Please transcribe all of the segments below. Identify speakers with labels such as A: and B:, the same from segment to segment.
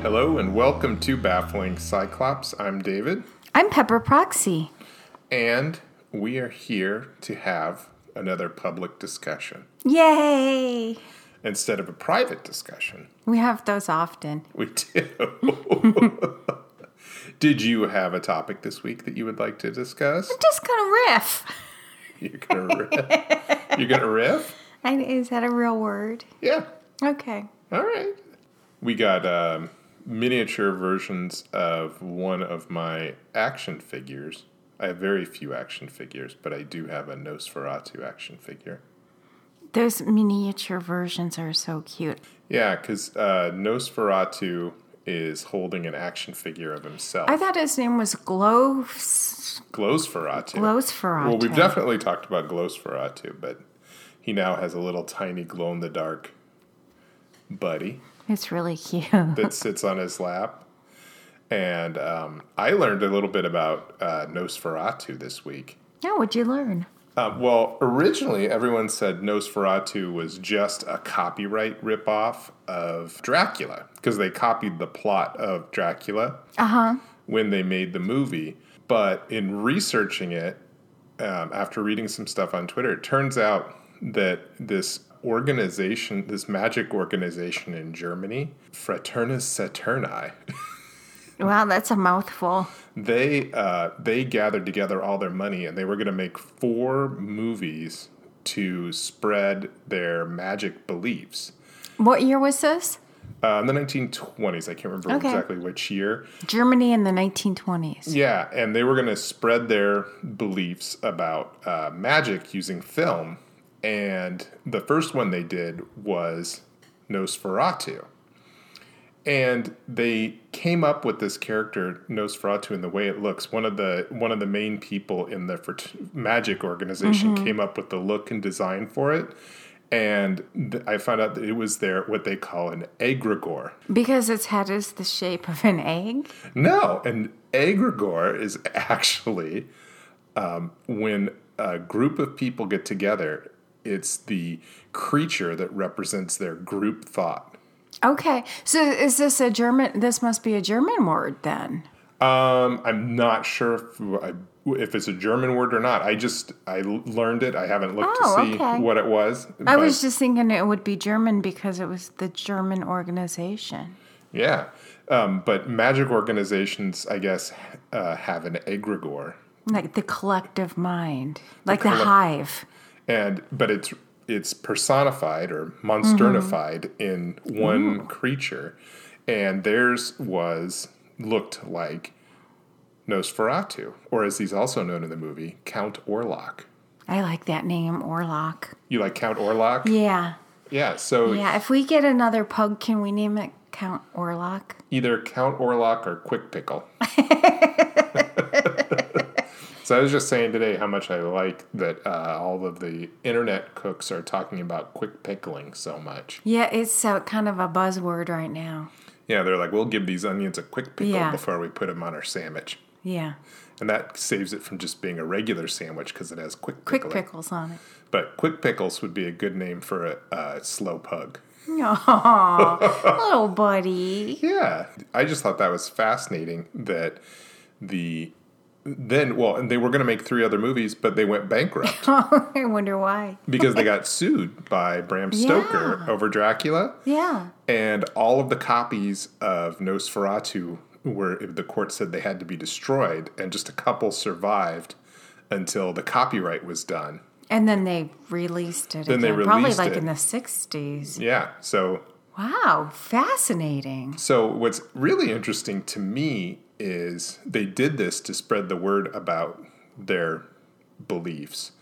A: Hello and welcome to Baffling Cyclops. I'm David,
B: I'm Pepper Proxy.
A: and we are here to have another public discussion
B: Yay!
A: instead of a private discussion.
B: We have those often.
A: We do. Did you have a topic this week that you would like to discuss?
B: Just kind of riff.
A: You're gonna riff. You're gonna riff?
B: I, is that a real word?
A: Yeah.
B: Okay.
A: All right. We got um, miniature versions of one of my action figures. I have very few action figures, but I do have a Nosferatu action figure.
B: Those miniature versions are so cute.
A: Yeah, because uh, Nosferatu is holding an action figure of himself.
B: I thought his name was Glowsferatu.
A: Glowsferatu.
B: Glowsferatu.
A: Well, we've definitely talked about Glowsferatu, but he now has a little tiny glow in the dark buddy.
B: It's really cute.
A: that sits on his lap. And um, I learned a little bit about uh, Nosferatu this week.
B: Now, what'd you learn?
A: Uh, well, originally, everyone said Nosferatu was just a copyright ripoff of Dracula because they copied the plot of Dracula when they made the movie. But in researching it, um, after reading some stuff on Twitter, it turns out that this organization, this magic organization in Germany, Fraternus Saturni,
B: Wow, that's a mouthful.
A: they uh, they gathered together all their money and they were going to make four movies to spread their magic beliefs.
B: What year was this?
A: Uh, in the 1920s, I can't remember
B: Okay.
A: exactly which year.
B: Germany in the 1920s.
A: Yeah, and they were going to spread their beliefs about uh, magic using film. And the first one they did was Nosferatu. And they came up with this character Nosferatu and the way it looks. One of the one of the main people in the frat- magic organization came up with the look and design for it. And th- I found out that it was their what they call an egregore.
B: Because its head is the shape of an egg.
A: No, an egregore is actually um, when a group of people get together, it's the creature that represents their group thought.
B: Okay. So is this a German? This must be a German word then.
A: Um, I'm not sure if, I, if it's a German word or not. I just I l- learned it. I haven't looked
B: Oh,
A: to see
B: okay.
A: what it was.
B: I
A: but
B: was just thinking it would be German because it was the German organization.
A: yeah. Um, but magic organizations, I guess, uh, have an egregore.
B: Like the collective mind, like the,
A: collec-
B: hive.
A: and but it's it's personified or monsternified in one creature and theirs was looked like Nosferatu or as he's also known in the movie Count Orlok.
B: I like that name, Orlok.
A: You like Count Orlok? Yeah,
B: Yeah.
A: so
B: Yeah. If we get another pug, can we name it Count Orlok?
A: either Count Orlok or Quick Pickle. so I was just saying today how much I like that uh, all of the internet cooks are talking about quick pickling so much.
B: Yeah, it's uh kind of a buzzword right now.
A: Yeah, they're like, we'll give these onions a quick pickle
B: Yeah.
A: before we put them on our sandwich.
B: Yeah.
A: And that saves it from just being a regular sandwich because it has quick
B: Quick
A: pickle.
B: pickles on it.
A: But quick pickles would be a good name for a, a slow pug.
B: Aw, little buddy.
A: Yeah, I just thought that was fascinating that the then well, and they were going to make three other movies, but they went bankrupt
B: I wonder why.
A: because they got sued by Bram Stoker over Dracula.
B: Yeah.
A: and all of the copies of Nosferatu were the court said they had to be destroyed, and just a couple survived until the copyright was done.
B: And then they released it.
A: Then they
B: again, Probably
A: released
B: like
A: it.
B: in the 60s.
A: Yeah, so
B: Wow, fascinating.
A: so what's really interesting to me is they did this to spread the word about their beliefs,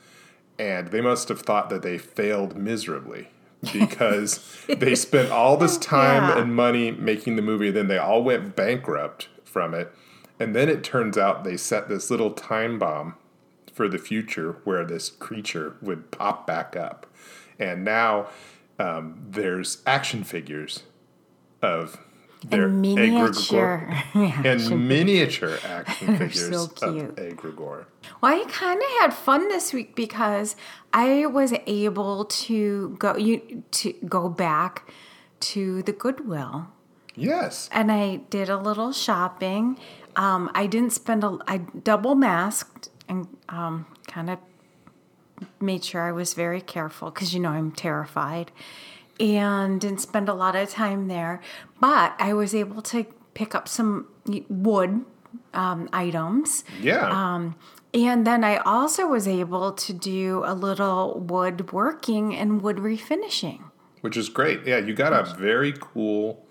A: and they must have thought that they failed miserably because they spent all this time
B: Yeah.
A: and money making the movie. Then they all went bankrupt from it. And then it turns out they set this little time bomb for the future where this creature would pop back up. And now um, there's action figures of their egregore-
B: Miniature. yeah.
A: and miniature action figures
B: so
A: of
B: cute.
A: egregore.
B: Well, I kind of had fun this week because I was able to go you to go back to the Goodwill
A: Yes.
B: and I did a little shopping. Um, I didn't spend a. I double masked and um, kind of made sure I was very careful because you know I'm terrified, and didn't spend a lot of time there. But I was able to pick up some wood um, items.
A: Yeah.
B: And then I also was able to do a little woodworking and wood refinishing.
A: which is great. Yeah, you got a very cool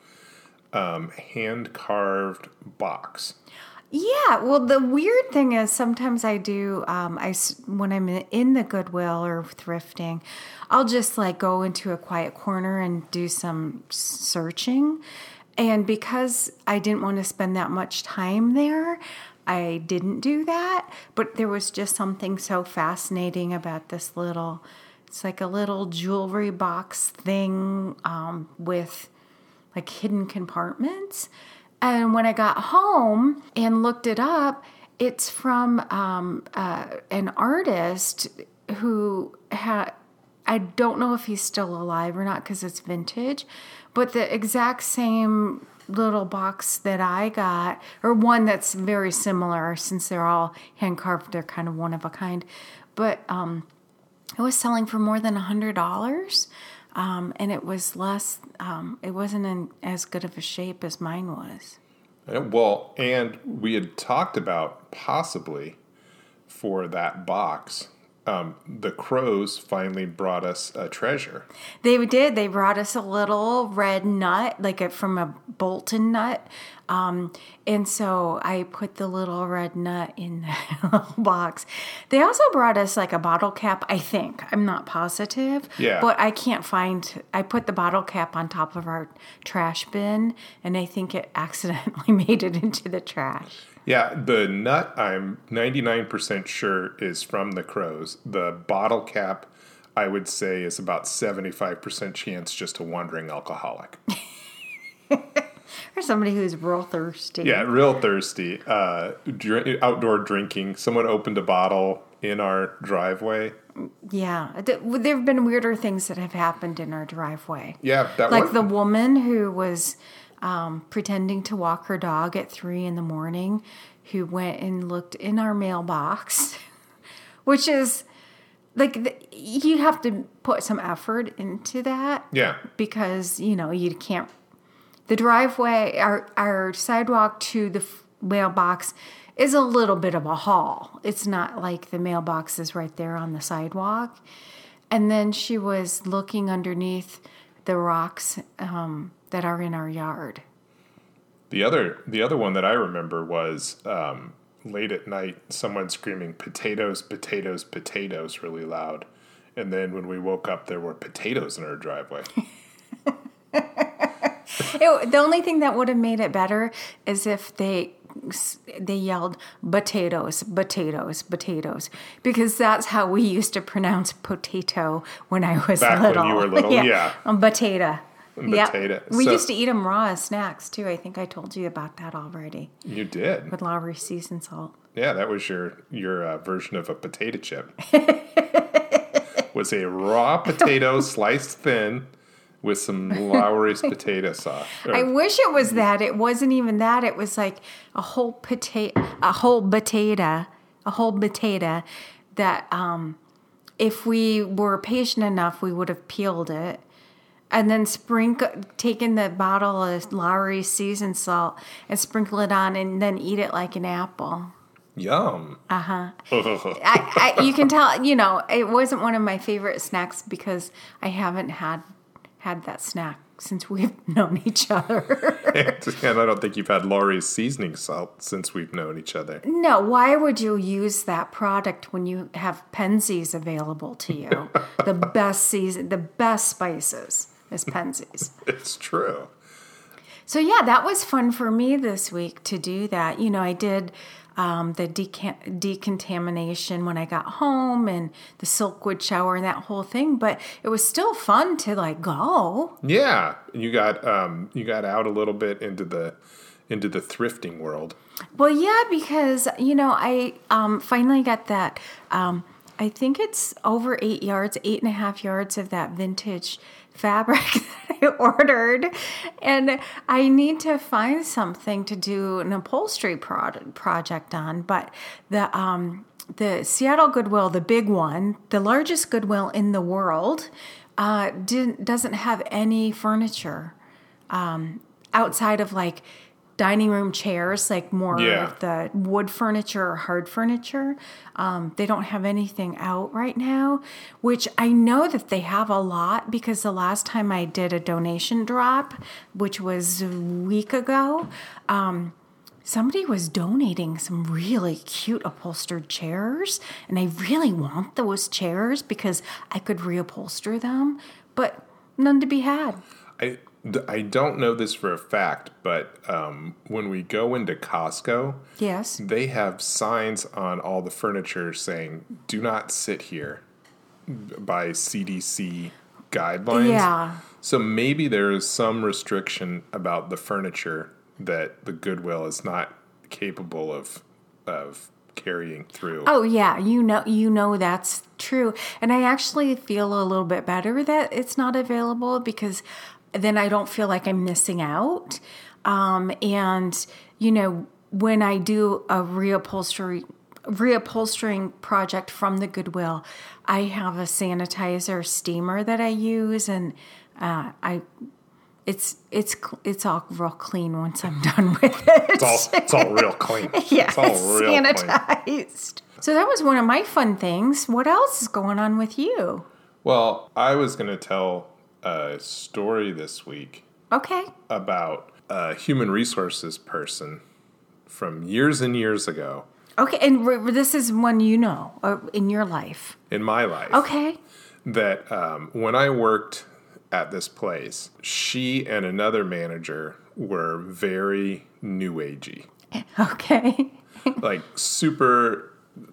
A: um, hand carved box.
B: Yeah, well, the weird thing is sometimes I do. Um, I s- when I'm in the Goodwill or thrifting, I'll just like go into a quiet corner and do some s- searching. And because I didn't want to spend that much time there, I didn't do that. But there was just something so fascinating about this little. It's like a little jewelry box thing um, with like hidden compartments. And when I got home and looked it up, it's from um, uh, an artist who had, I don't know if he's still alive or not because it's vintage, but the exact same little box that I got, or one that's very similar since they're all hand carved, they're kind of one of a kind. But um, it was selling for more than hundred dollars, um, and it was less. Um, it wasn't in as good of a shape as mine was.
A: Uh, Well, and we had talked about possibly for that box. Um, the crows finally brought us a treasure.
B: They did. They brought us a little red nut, like a, from a Bolton nut, um, and so I put the little red nut in the little box. They also brought us like a bottle cap. I think I'm not positive.
A: Yeah.
B: But I can't find. I put the bottle cap on top of our trash bin, and I think it accidentally made it into the trash.
A: Yeah, the nut I'm 99% sure is from the crows. The bottle cap, I would say, is about 75% chance just a wandering alcoholic.
B: Or somebody who's real thirsty.
A: Yeah, real thirsty. Uh, dr- outdoor drinking. Someone opened a bottle in our driveway.
B: Yeah. Th- There have been weirder things that have happened in our driveway.
A: Yeah, that
B: Like
A: one.
B: the woman who was um, pretending to walk her dog at three in the morning, who went and looked in our mailbox, which is like the, you have to put some effort into that.
A: yeah,
B: because you know you can't the driveway our our sidewalk to the f- mailbox is a little bit of a haul it's not like the mailbox is right there on the sidewalk and then she was looking underneath the rocks um, that are in our yard
A: the other the other one that I remember was um, late at night. Someone screaming potatoes, potatoes, potatoes, really loud. And then when we woke up, there were potatoes in our driveway.
B: It- the only thing that would have made it better is if they they yelled potatoes, potatoes, potatoes, because that's how we used to pronounce potato when I was
A: Back when
B: little.
A: you were little, yeah.
B: Um, potato. Yeah.
A: potato.
B: We
A: So-
B: used to eat them raw as snacks too. I think I told you about that already
A: you did.
B: with Lowry seasoned salt.
A: Yeah, that was your your uh, version of a potato chip. was a raw potato sliced thin with some Lowry's potato sauce. or
B: I wish it was that. It wasn't even that. It was like a whole potato, a whole potato, a whole potato that um, if we were patient enough, we would have peeled it and then sprinkle, taken the bottle of Lowry's seasoned salt and sprinkle it on and then eat it like an apple.
A: Yum. Uh-huh.
B: I, I, you can tell, you know, it wasn't one of my favorite snacks because I haven't had had that snack since we've known each other.
A: and I don't think you've had Laurie's seasoning salt since we've known each other.
B: No, why would you use that product when you have Penzies available to you? the best season, the best spices is Penzies.
A: It's true.
B: So yeah, that was fun for me this week to do that. You know, I did um, the decan- decontamination when I got home and the silkwood shower and that whole thing, but it was still fun to like go.
A: Yeah, you got um, you got out a little bit into the into the thrifting world.
B: Well, yeah, because you know, I um, finally got that. Um, I think it's over eight yards, eight and a half yards of that vintage fabric that I I ordered, and I need to find something to do an upholstery prod- project on. But the um, the Seattle Goodwill, the big one, the largest Goodwill in the world, uh, didn't doesn't have any furniture um, outside of like dining room chairs, like more
A: Yeah.
B: of the wood furniture or hard furniture. Um, they don't have anything out right now, which I know that they have a lot because the last time I did a donation drop, which was a week ago, um, somebody was donating some really cute upholstered chairs. And I really want those chairs because I could reupholster them, but none to be had.
A: I, th- I don't know this for a fact, but um, when we go into Costco,
B: Yes.
A: they have signs on all the furniture saying, do not sit here by CDC guidelines.
B: Yeah.
A: So maybe there is some restriction about the furniture that the Goodwill is not capable of of carrying through.
B: Oh yeah, you know you know that's true. And I actually feel a little bit better that it's not available because then I don't feel like I'm missing out. Um, and you know when I do a reupholstery reupholstering project from the Goodwill, I have a sanitizer steamer that I use, and uh, I it's it's cl- it's all real clean once I'm done with it.
A: It's all it's all real clean.
B: Yeah,
A: it's all real clean.
B: sanitized. So that was one of my fun things. What else is going on with you?
A: Well, I was going to tell a story this week
B: Okay.
A: about a human resources person from years and years ago
B: Okay, and re- re- this is one you know uh, in your life.
A: in my life.
B: Okay.
A: that um, when I worked at this place, she and another manager were very new agey,
B: Okay.
A: like super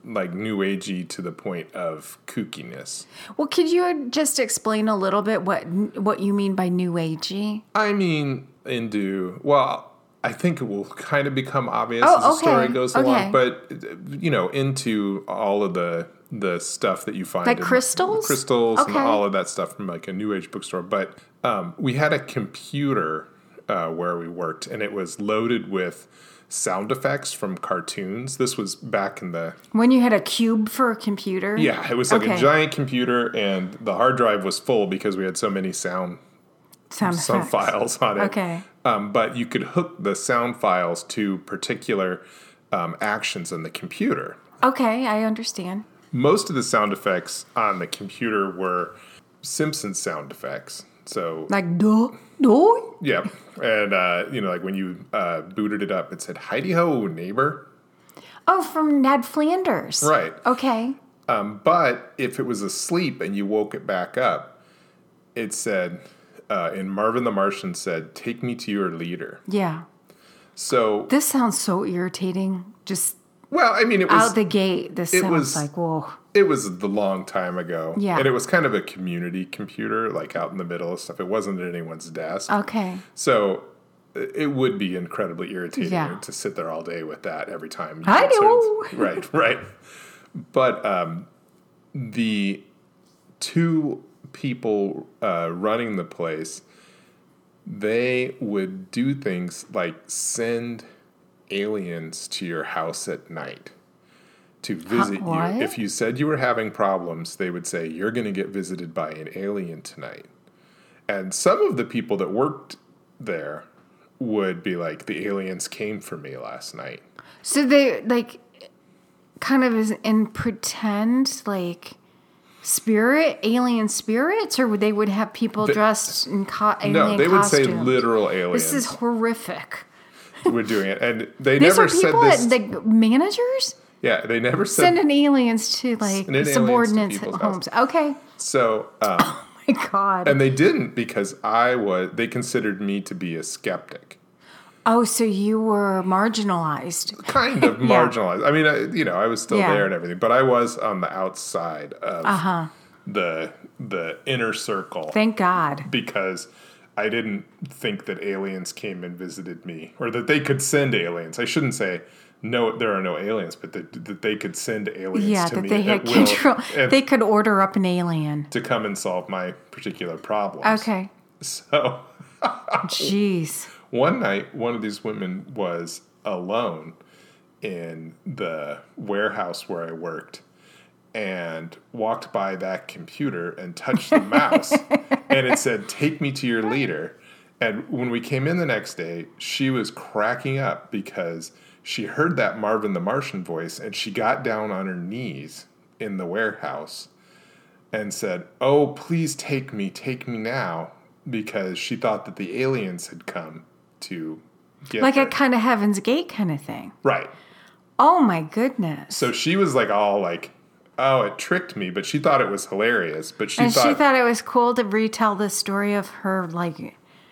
A: like new agey to the point of kookiness.
B: Well, could you just explain a little bit what what you mean by new agey?
A: I mean, into well, I think it will kind of become obvious
B: Oh,
A: as the story
B: okay,
A: goes
B: okay.
A: along, but you know, into all of the the stuff that you find
B: Like
A: in-
B: crystals?
A: crystals,
B: Okay.
A: and all of that stuff from like a new age bookstore. But um, we had a computer uh, where we worked, and it was loaded with sound effects from cartoons. This was back in the
B: When you had a cube for a computer?
A: yeah, it was like a
B: Okay.
A: giant computer, and the hard drive was full because we had so many sound
B: Sound
A: some
B: effects.
A: files on it.
B: Okay.
A: Um, but you could hook the sound files to particular um, actions in the computer.
B: Okay, I understand.
A: Most of the sound effects on the computer were Simpson sound effects. So,
B: Like do do.
A: yeah. And, uh, you know, like when you uh, booted it up, it said, Heidi Ho, neighbor.
B: Oh, from Ned Flanders.
A: Right.
B: Okay.
A: Um, but if it was asleep and you woke it back up, it said, uh, and Marvin the Martian said, Take me to your leader.
B: Yeah.
A: So,
B: This sounds so irritating. Just
A: well, I mean, it was.
B: out the gate, this sounds
A: was-
B: like whoa.
A: it was the long time ago.
B: Yeah.
A: And it was kind of a community computer, like out in the middle of stuff. It wasn't at anyone's desk.
B: Okay.
A: So it it would be incredibly irritating
B: Yeah.
A: to sit there all day with that every time. you
B: I
A: did certain-
B: do.
A: Right, right. But um, the two people uh, running the place, they would do things like send aliens to your house at night to visit
B: what?
A: you. If you said you were having problems, they would say, You're going to get visited by an alien tonight. And some of the people that worked there would be like, The aliens came for me last night.
B: So they like kind of is in pretend like spirit alien spirits or would they would have people dressed in co- alien
A: No, they would say
B: costumes?
A: literal aliens
B: This is horrific.
A: were doing it. And they
B: These
A: never
B: are
A: said
B: people
A: this.
B: at the managers
A: yeah, they never said
B: sending aliens to like
A: Sending aliens to
B: subordinates
A: people's
B: homes. Okay.
A: so. Um,
B: My God.
A: And they didn't because I was, they considered me to be a skeptic.
B: oh, so you were marginalized.
A: Kind of marginalized. I mean, I, you know, I was still
B: Yeah. Uh-huh.
A: there and everything, but I was on the outside of the the inner circle
B: Thank God.
A: because I didn't think that aliens came and visited me or that they could send aliens. I shouldn't say no, there are no aliens, but that, that they could send aliens
B: Yeah,
A: to
B: that
A: me
B: they
A: at
B: had
A: will
B: control.
A: and
B: They could order up an alien.
A: to come and solve my particular problem.
B: Okay.
A: So
B: Jeez.
A: one night, one of these women was alone in the warehouse where I worked and walked by that computer and touched the mouse and it said, Take me to your leader. And when we came in the next day, she was cracking up because she heard that Marvin the Martian voice and she got down on her knees in the warehouse and said, Oh, please take me, take me now, because she thought that the aliens had come to get
B: Like
A: her.
B: a kind of Heaven's Gate kind of thing.
A: Right.
B: Oh my goodness.
A: So she was like all like, Oh, it tricked me, but she thought it was hilarious. But she
B: and
A: thought
B: she thought it was cool to retell the story of her, like,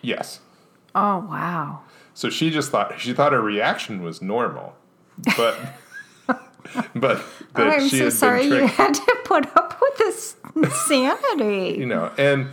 A: Yes.
B: oh, wow.
A: So she just thought she thought her reaction was normal. But but
B: Oh,
A: that
B: I'm
A: she
B: so
A: had
B: sorry
A: been
B: you
A: tricked.
B: had to put up with this insanity.
A: you know and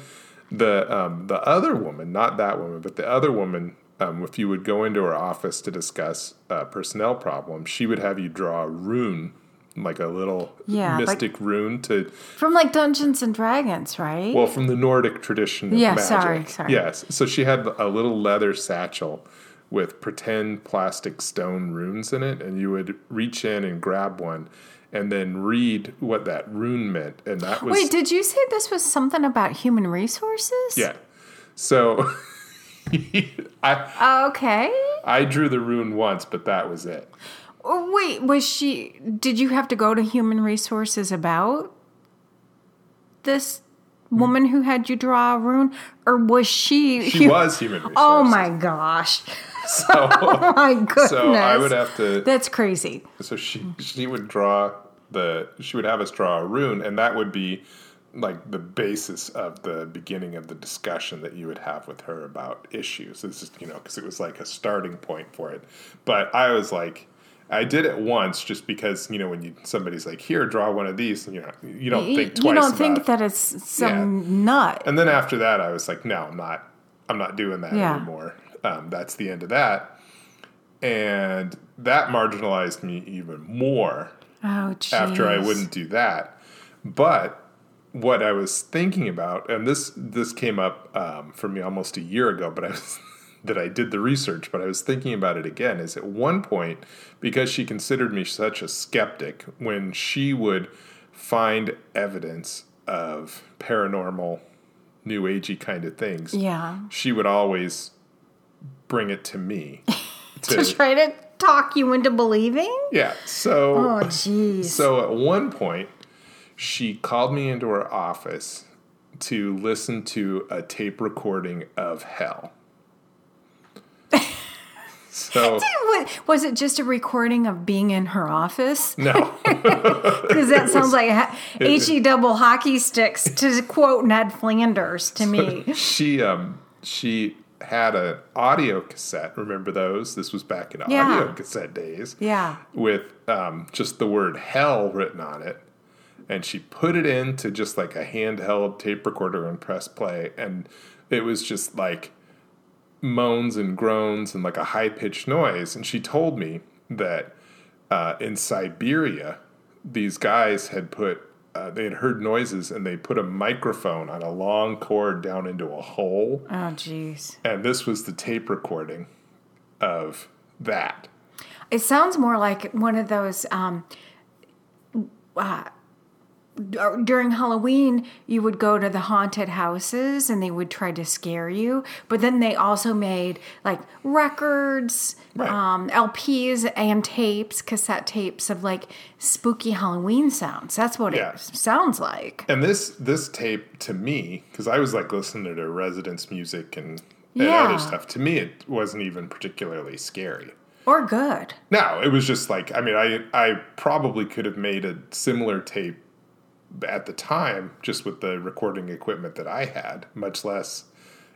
A: the um, the other woman not that woman but the other woman um, if you would go into her office to discuss uh, personnel problems she would have you draw a rune like a little
B: Yeah, like-
A: mystic rune to
B: From like Dungeons and Dragons, right?
A: well from the nordic tradition of
B: Yeah,
A: magic.
B: sorry, sorry.
A: yes so she had a little leather satchel with pretend plastic stone runes in it and you would reach in and grab one and then read what that rune meant and that was
B: Wait, did you say this was something about human resources?
A: yeah so i
B: Okay.
A: I drew the rune once, but that was it.
B: Oh, Wait, was she? Did you have to go to human resources about this
A: Hmm.
B: woman who had you draw a rune, or was she?
A: She was human resources.
B: Oh my gosh!
A: So,
B: Oh my goodness!
A: so I would have to.
B: That's crazy.
A: So she she would draw the. She would have us draw a rune, and that would be like the basis of the beginning of the discussion that you would have with her about issues. This is you know because it was like a starting point for it. But I was like. I did it once just because you know when you somebody's like here draw one of these and you know you don't
B: You,
A: think twice
B: you don't
A: about
B: think
A: it.
B: that it's some nut.
A: And then after that, I was like, no, I'm not. I'm not doing that
B: Yeah.
A: anymore. Um, that's the end of that. And that marginalized me even more
B: Oh, geez.
A: after I wouldn't do that. But what I was thinking about, and this this came up um, for me almost a year ago, but I was that I did the research, but I was thinking about it again. Is at one point because she considered me such a skeptic when she would find evidence of paranormal, new agey kind of things.
B: Yeah.
A: She would always bring it to me.
B: To try to talk you into believing.
A: yeah. So
B: Oh, jeez.
A: So at one point, she called me into her office to listen to a tape recording of Hell. So
B: Wa- was it just a recording of being in her office?
A: no,
B: Because that sounds like ha- he double hockey sticks to quote Ned Flanders to me.
A: she um she had an audio cassette. Remember those? This was back in
B: Yeah.
A: audio cassette days.
B: Yeah.
A: with um, just the word hell written on it. And she put it into just like a handheld tape recorder and press play. And it was just like moans and groans and like a high pitched noise. And she told me that uh, in Siberia, these guys had put, uh, they had heard noises and they put a microphone on a long cord down into a hole.
B: Oh, jeez.
A: And this was the tape recording of that.
B: It sounds more like one of those. Um, uh, during Halloween, you would go to the haunted houses and they would try to scare you. But then they also made like records,
A: Right.
B: um, LPs, and tapes, cassette tapes of like spooky Halloween sounds. That's what
A: Yeah.
B: it sounds like.
A: And this this tape to me, because I was like listening to residence music and, and
B: Yeah.
A: other stuff. To me, it wasn't even particularly scary.
B: Or good.
A: No, it was just like I mean, I I probably could have made a similar tape at the time just with the recording equipment that I had, much less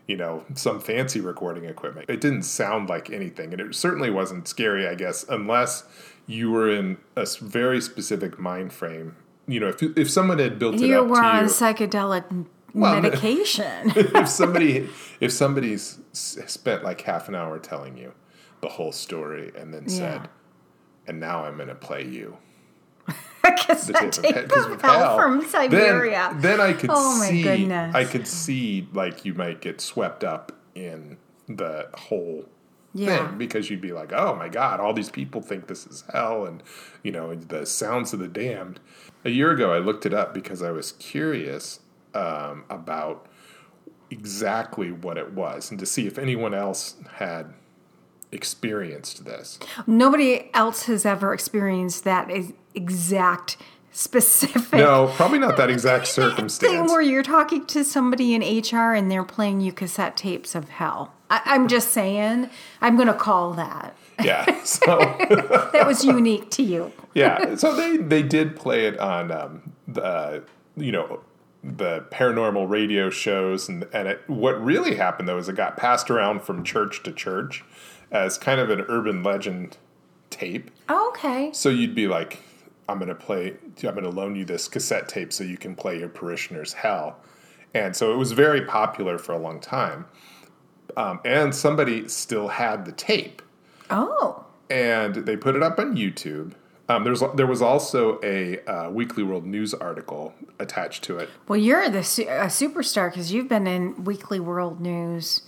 A: you know some fancy recording equipment. It didn't sound like anything, and it certainly wasn't scary. I guess unless you were in a s- very specific mind frame. You know, if if someone had built it
B: You
A: up
B: were
A: to
B: on
A: you,
B: psychedelic m
A: Well,
B: medication.
A: if somebody if somebody's s- spent like half an hour telling you the whole story and then
B: Yeah.
A: said and now i'm going to play you
B: Because I
A: tip of
B: take
A: he- 'cause
B: the
A: of
B: hell
A: hell.
B: from Siberia.
A: Then, then I could
B: Oh my
A: see,
B: goodness.
A: I could see like you might get swept up in the whole
B: Yeah.
A: thing because you'd be like, oh my god, all these people think this is hell, and you know the sounds of the damned. A year ago, I looked it up because I was curious um, about exactly what it was and to see if anyone else had experienced this.
B: Nobody else has ever experienced that is exact specific
A: No, probably not that exact
B: thing
A: circumstance.
B: where you're talking to somebody in HR and they're playing you cassette tapes of hell. I, I'm just saying, I'm going to call that.
A: Yeah. So.
B: That was unique to you.
A: yeah. So they they did play it on um, the uh, you know the paranormal radio shows and and it, what really happened though is it got passed around from church to church as kind of an urban legend tape.
B: Okay.
A: So you'd be like, I'm gonna play, I'm gonna loan you this cassette tape so you can play your parishioner's hell. And so it was very popular for a long time. Um, and somebody still had the tape
B: Oh.
A: and they put it up on YouTube. Um, there's there was also a uh, Weekly World News article attached to it
B: Well, you're the su- a superstar because you've been in Weekly World News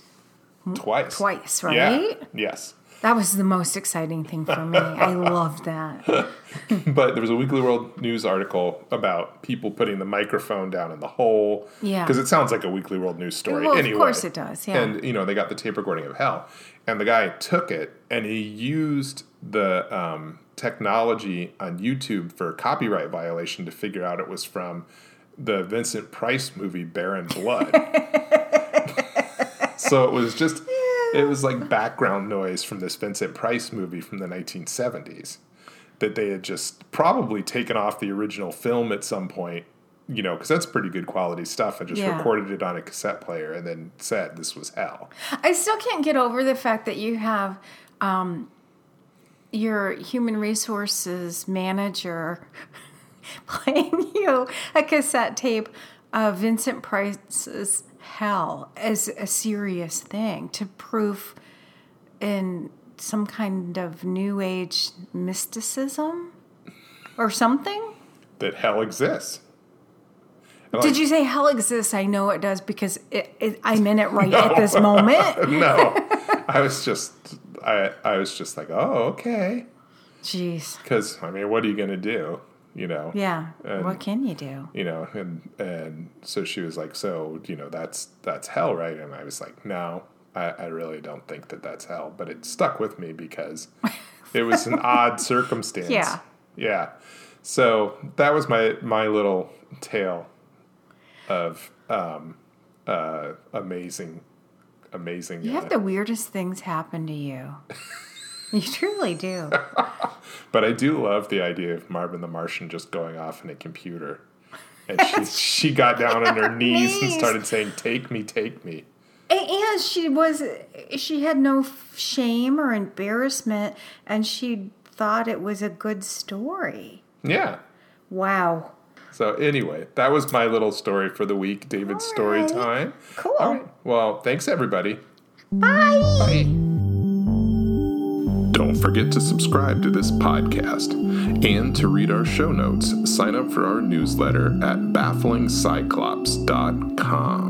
A: twice.
B: twice, right?
A: Yeah. Yes.
B: That was the most exciting thing for me. I love that.
A: But there was a Weekly World News article about people putting the microphone down in the hole.
B: Yeah.
A: Because it sounds like a Weekly World News story.
B: Well,
A: anyway.
B: of course it does. Yeah.
A: And you know they got the tape recording of hell, and the guy took it and he used the um, technology on YouTube for copyright violation to figure out it was from the Vincent Price movie Barren Blood. so it was just it was like background noise from this Vincent Price movie from the 1970s that they had just probably taken off the original film at some point. You know, because that's pretty good quality stuff, and just
B: Yeah.
A: recorded it on a cassette player, and then said this was hell.
B: I still can't get over the fact that you have um, your human resources manager playing you a cassette tape of Vincent Price's Hell as a serious thing to prove in some kind of new age mysticism or something.
A: That hell exists. And
B: Did
A: like,
B: you say hell exists? I know it does because it, it, I'm in it right at this moment.
A: No, I was just, I, I was just like, oh, okay.
B: Jeez.
A: Because I mean, what are you gonna do? You know.
B: Yeah.
A: And-
B: what can you do?
A: you know and and so she was like so you know that's that's hell right and i was like no i, I really don't think that that's hell but it stuck with me because it was an odd circumstance
B: Yeah.
A: yeah so that was my my little tale of um uh amazing amazing
B: You have the weirdest things happen to you. you truly do.
A: but i do love the idea of marvin the martian just going off in a computer and she, she got down on her knees, and
B: Knees.
A: started saying take me take me
B: A- And she was, she had no f- shame or embarrassment, and she thought it was a good story.
A: yeah
B: Wow.
A: So anyway, that was my little story for the week, David's
B: All
A: story
B: right.
A: time.
B: Cool.
A: All right. Well, thanks everybody.
B: Bye.
A: Oh. Bye. Don't forget to subscribe to this podcast and to read our show notes. Sign up for our newsletter at bafflingcyclops.com.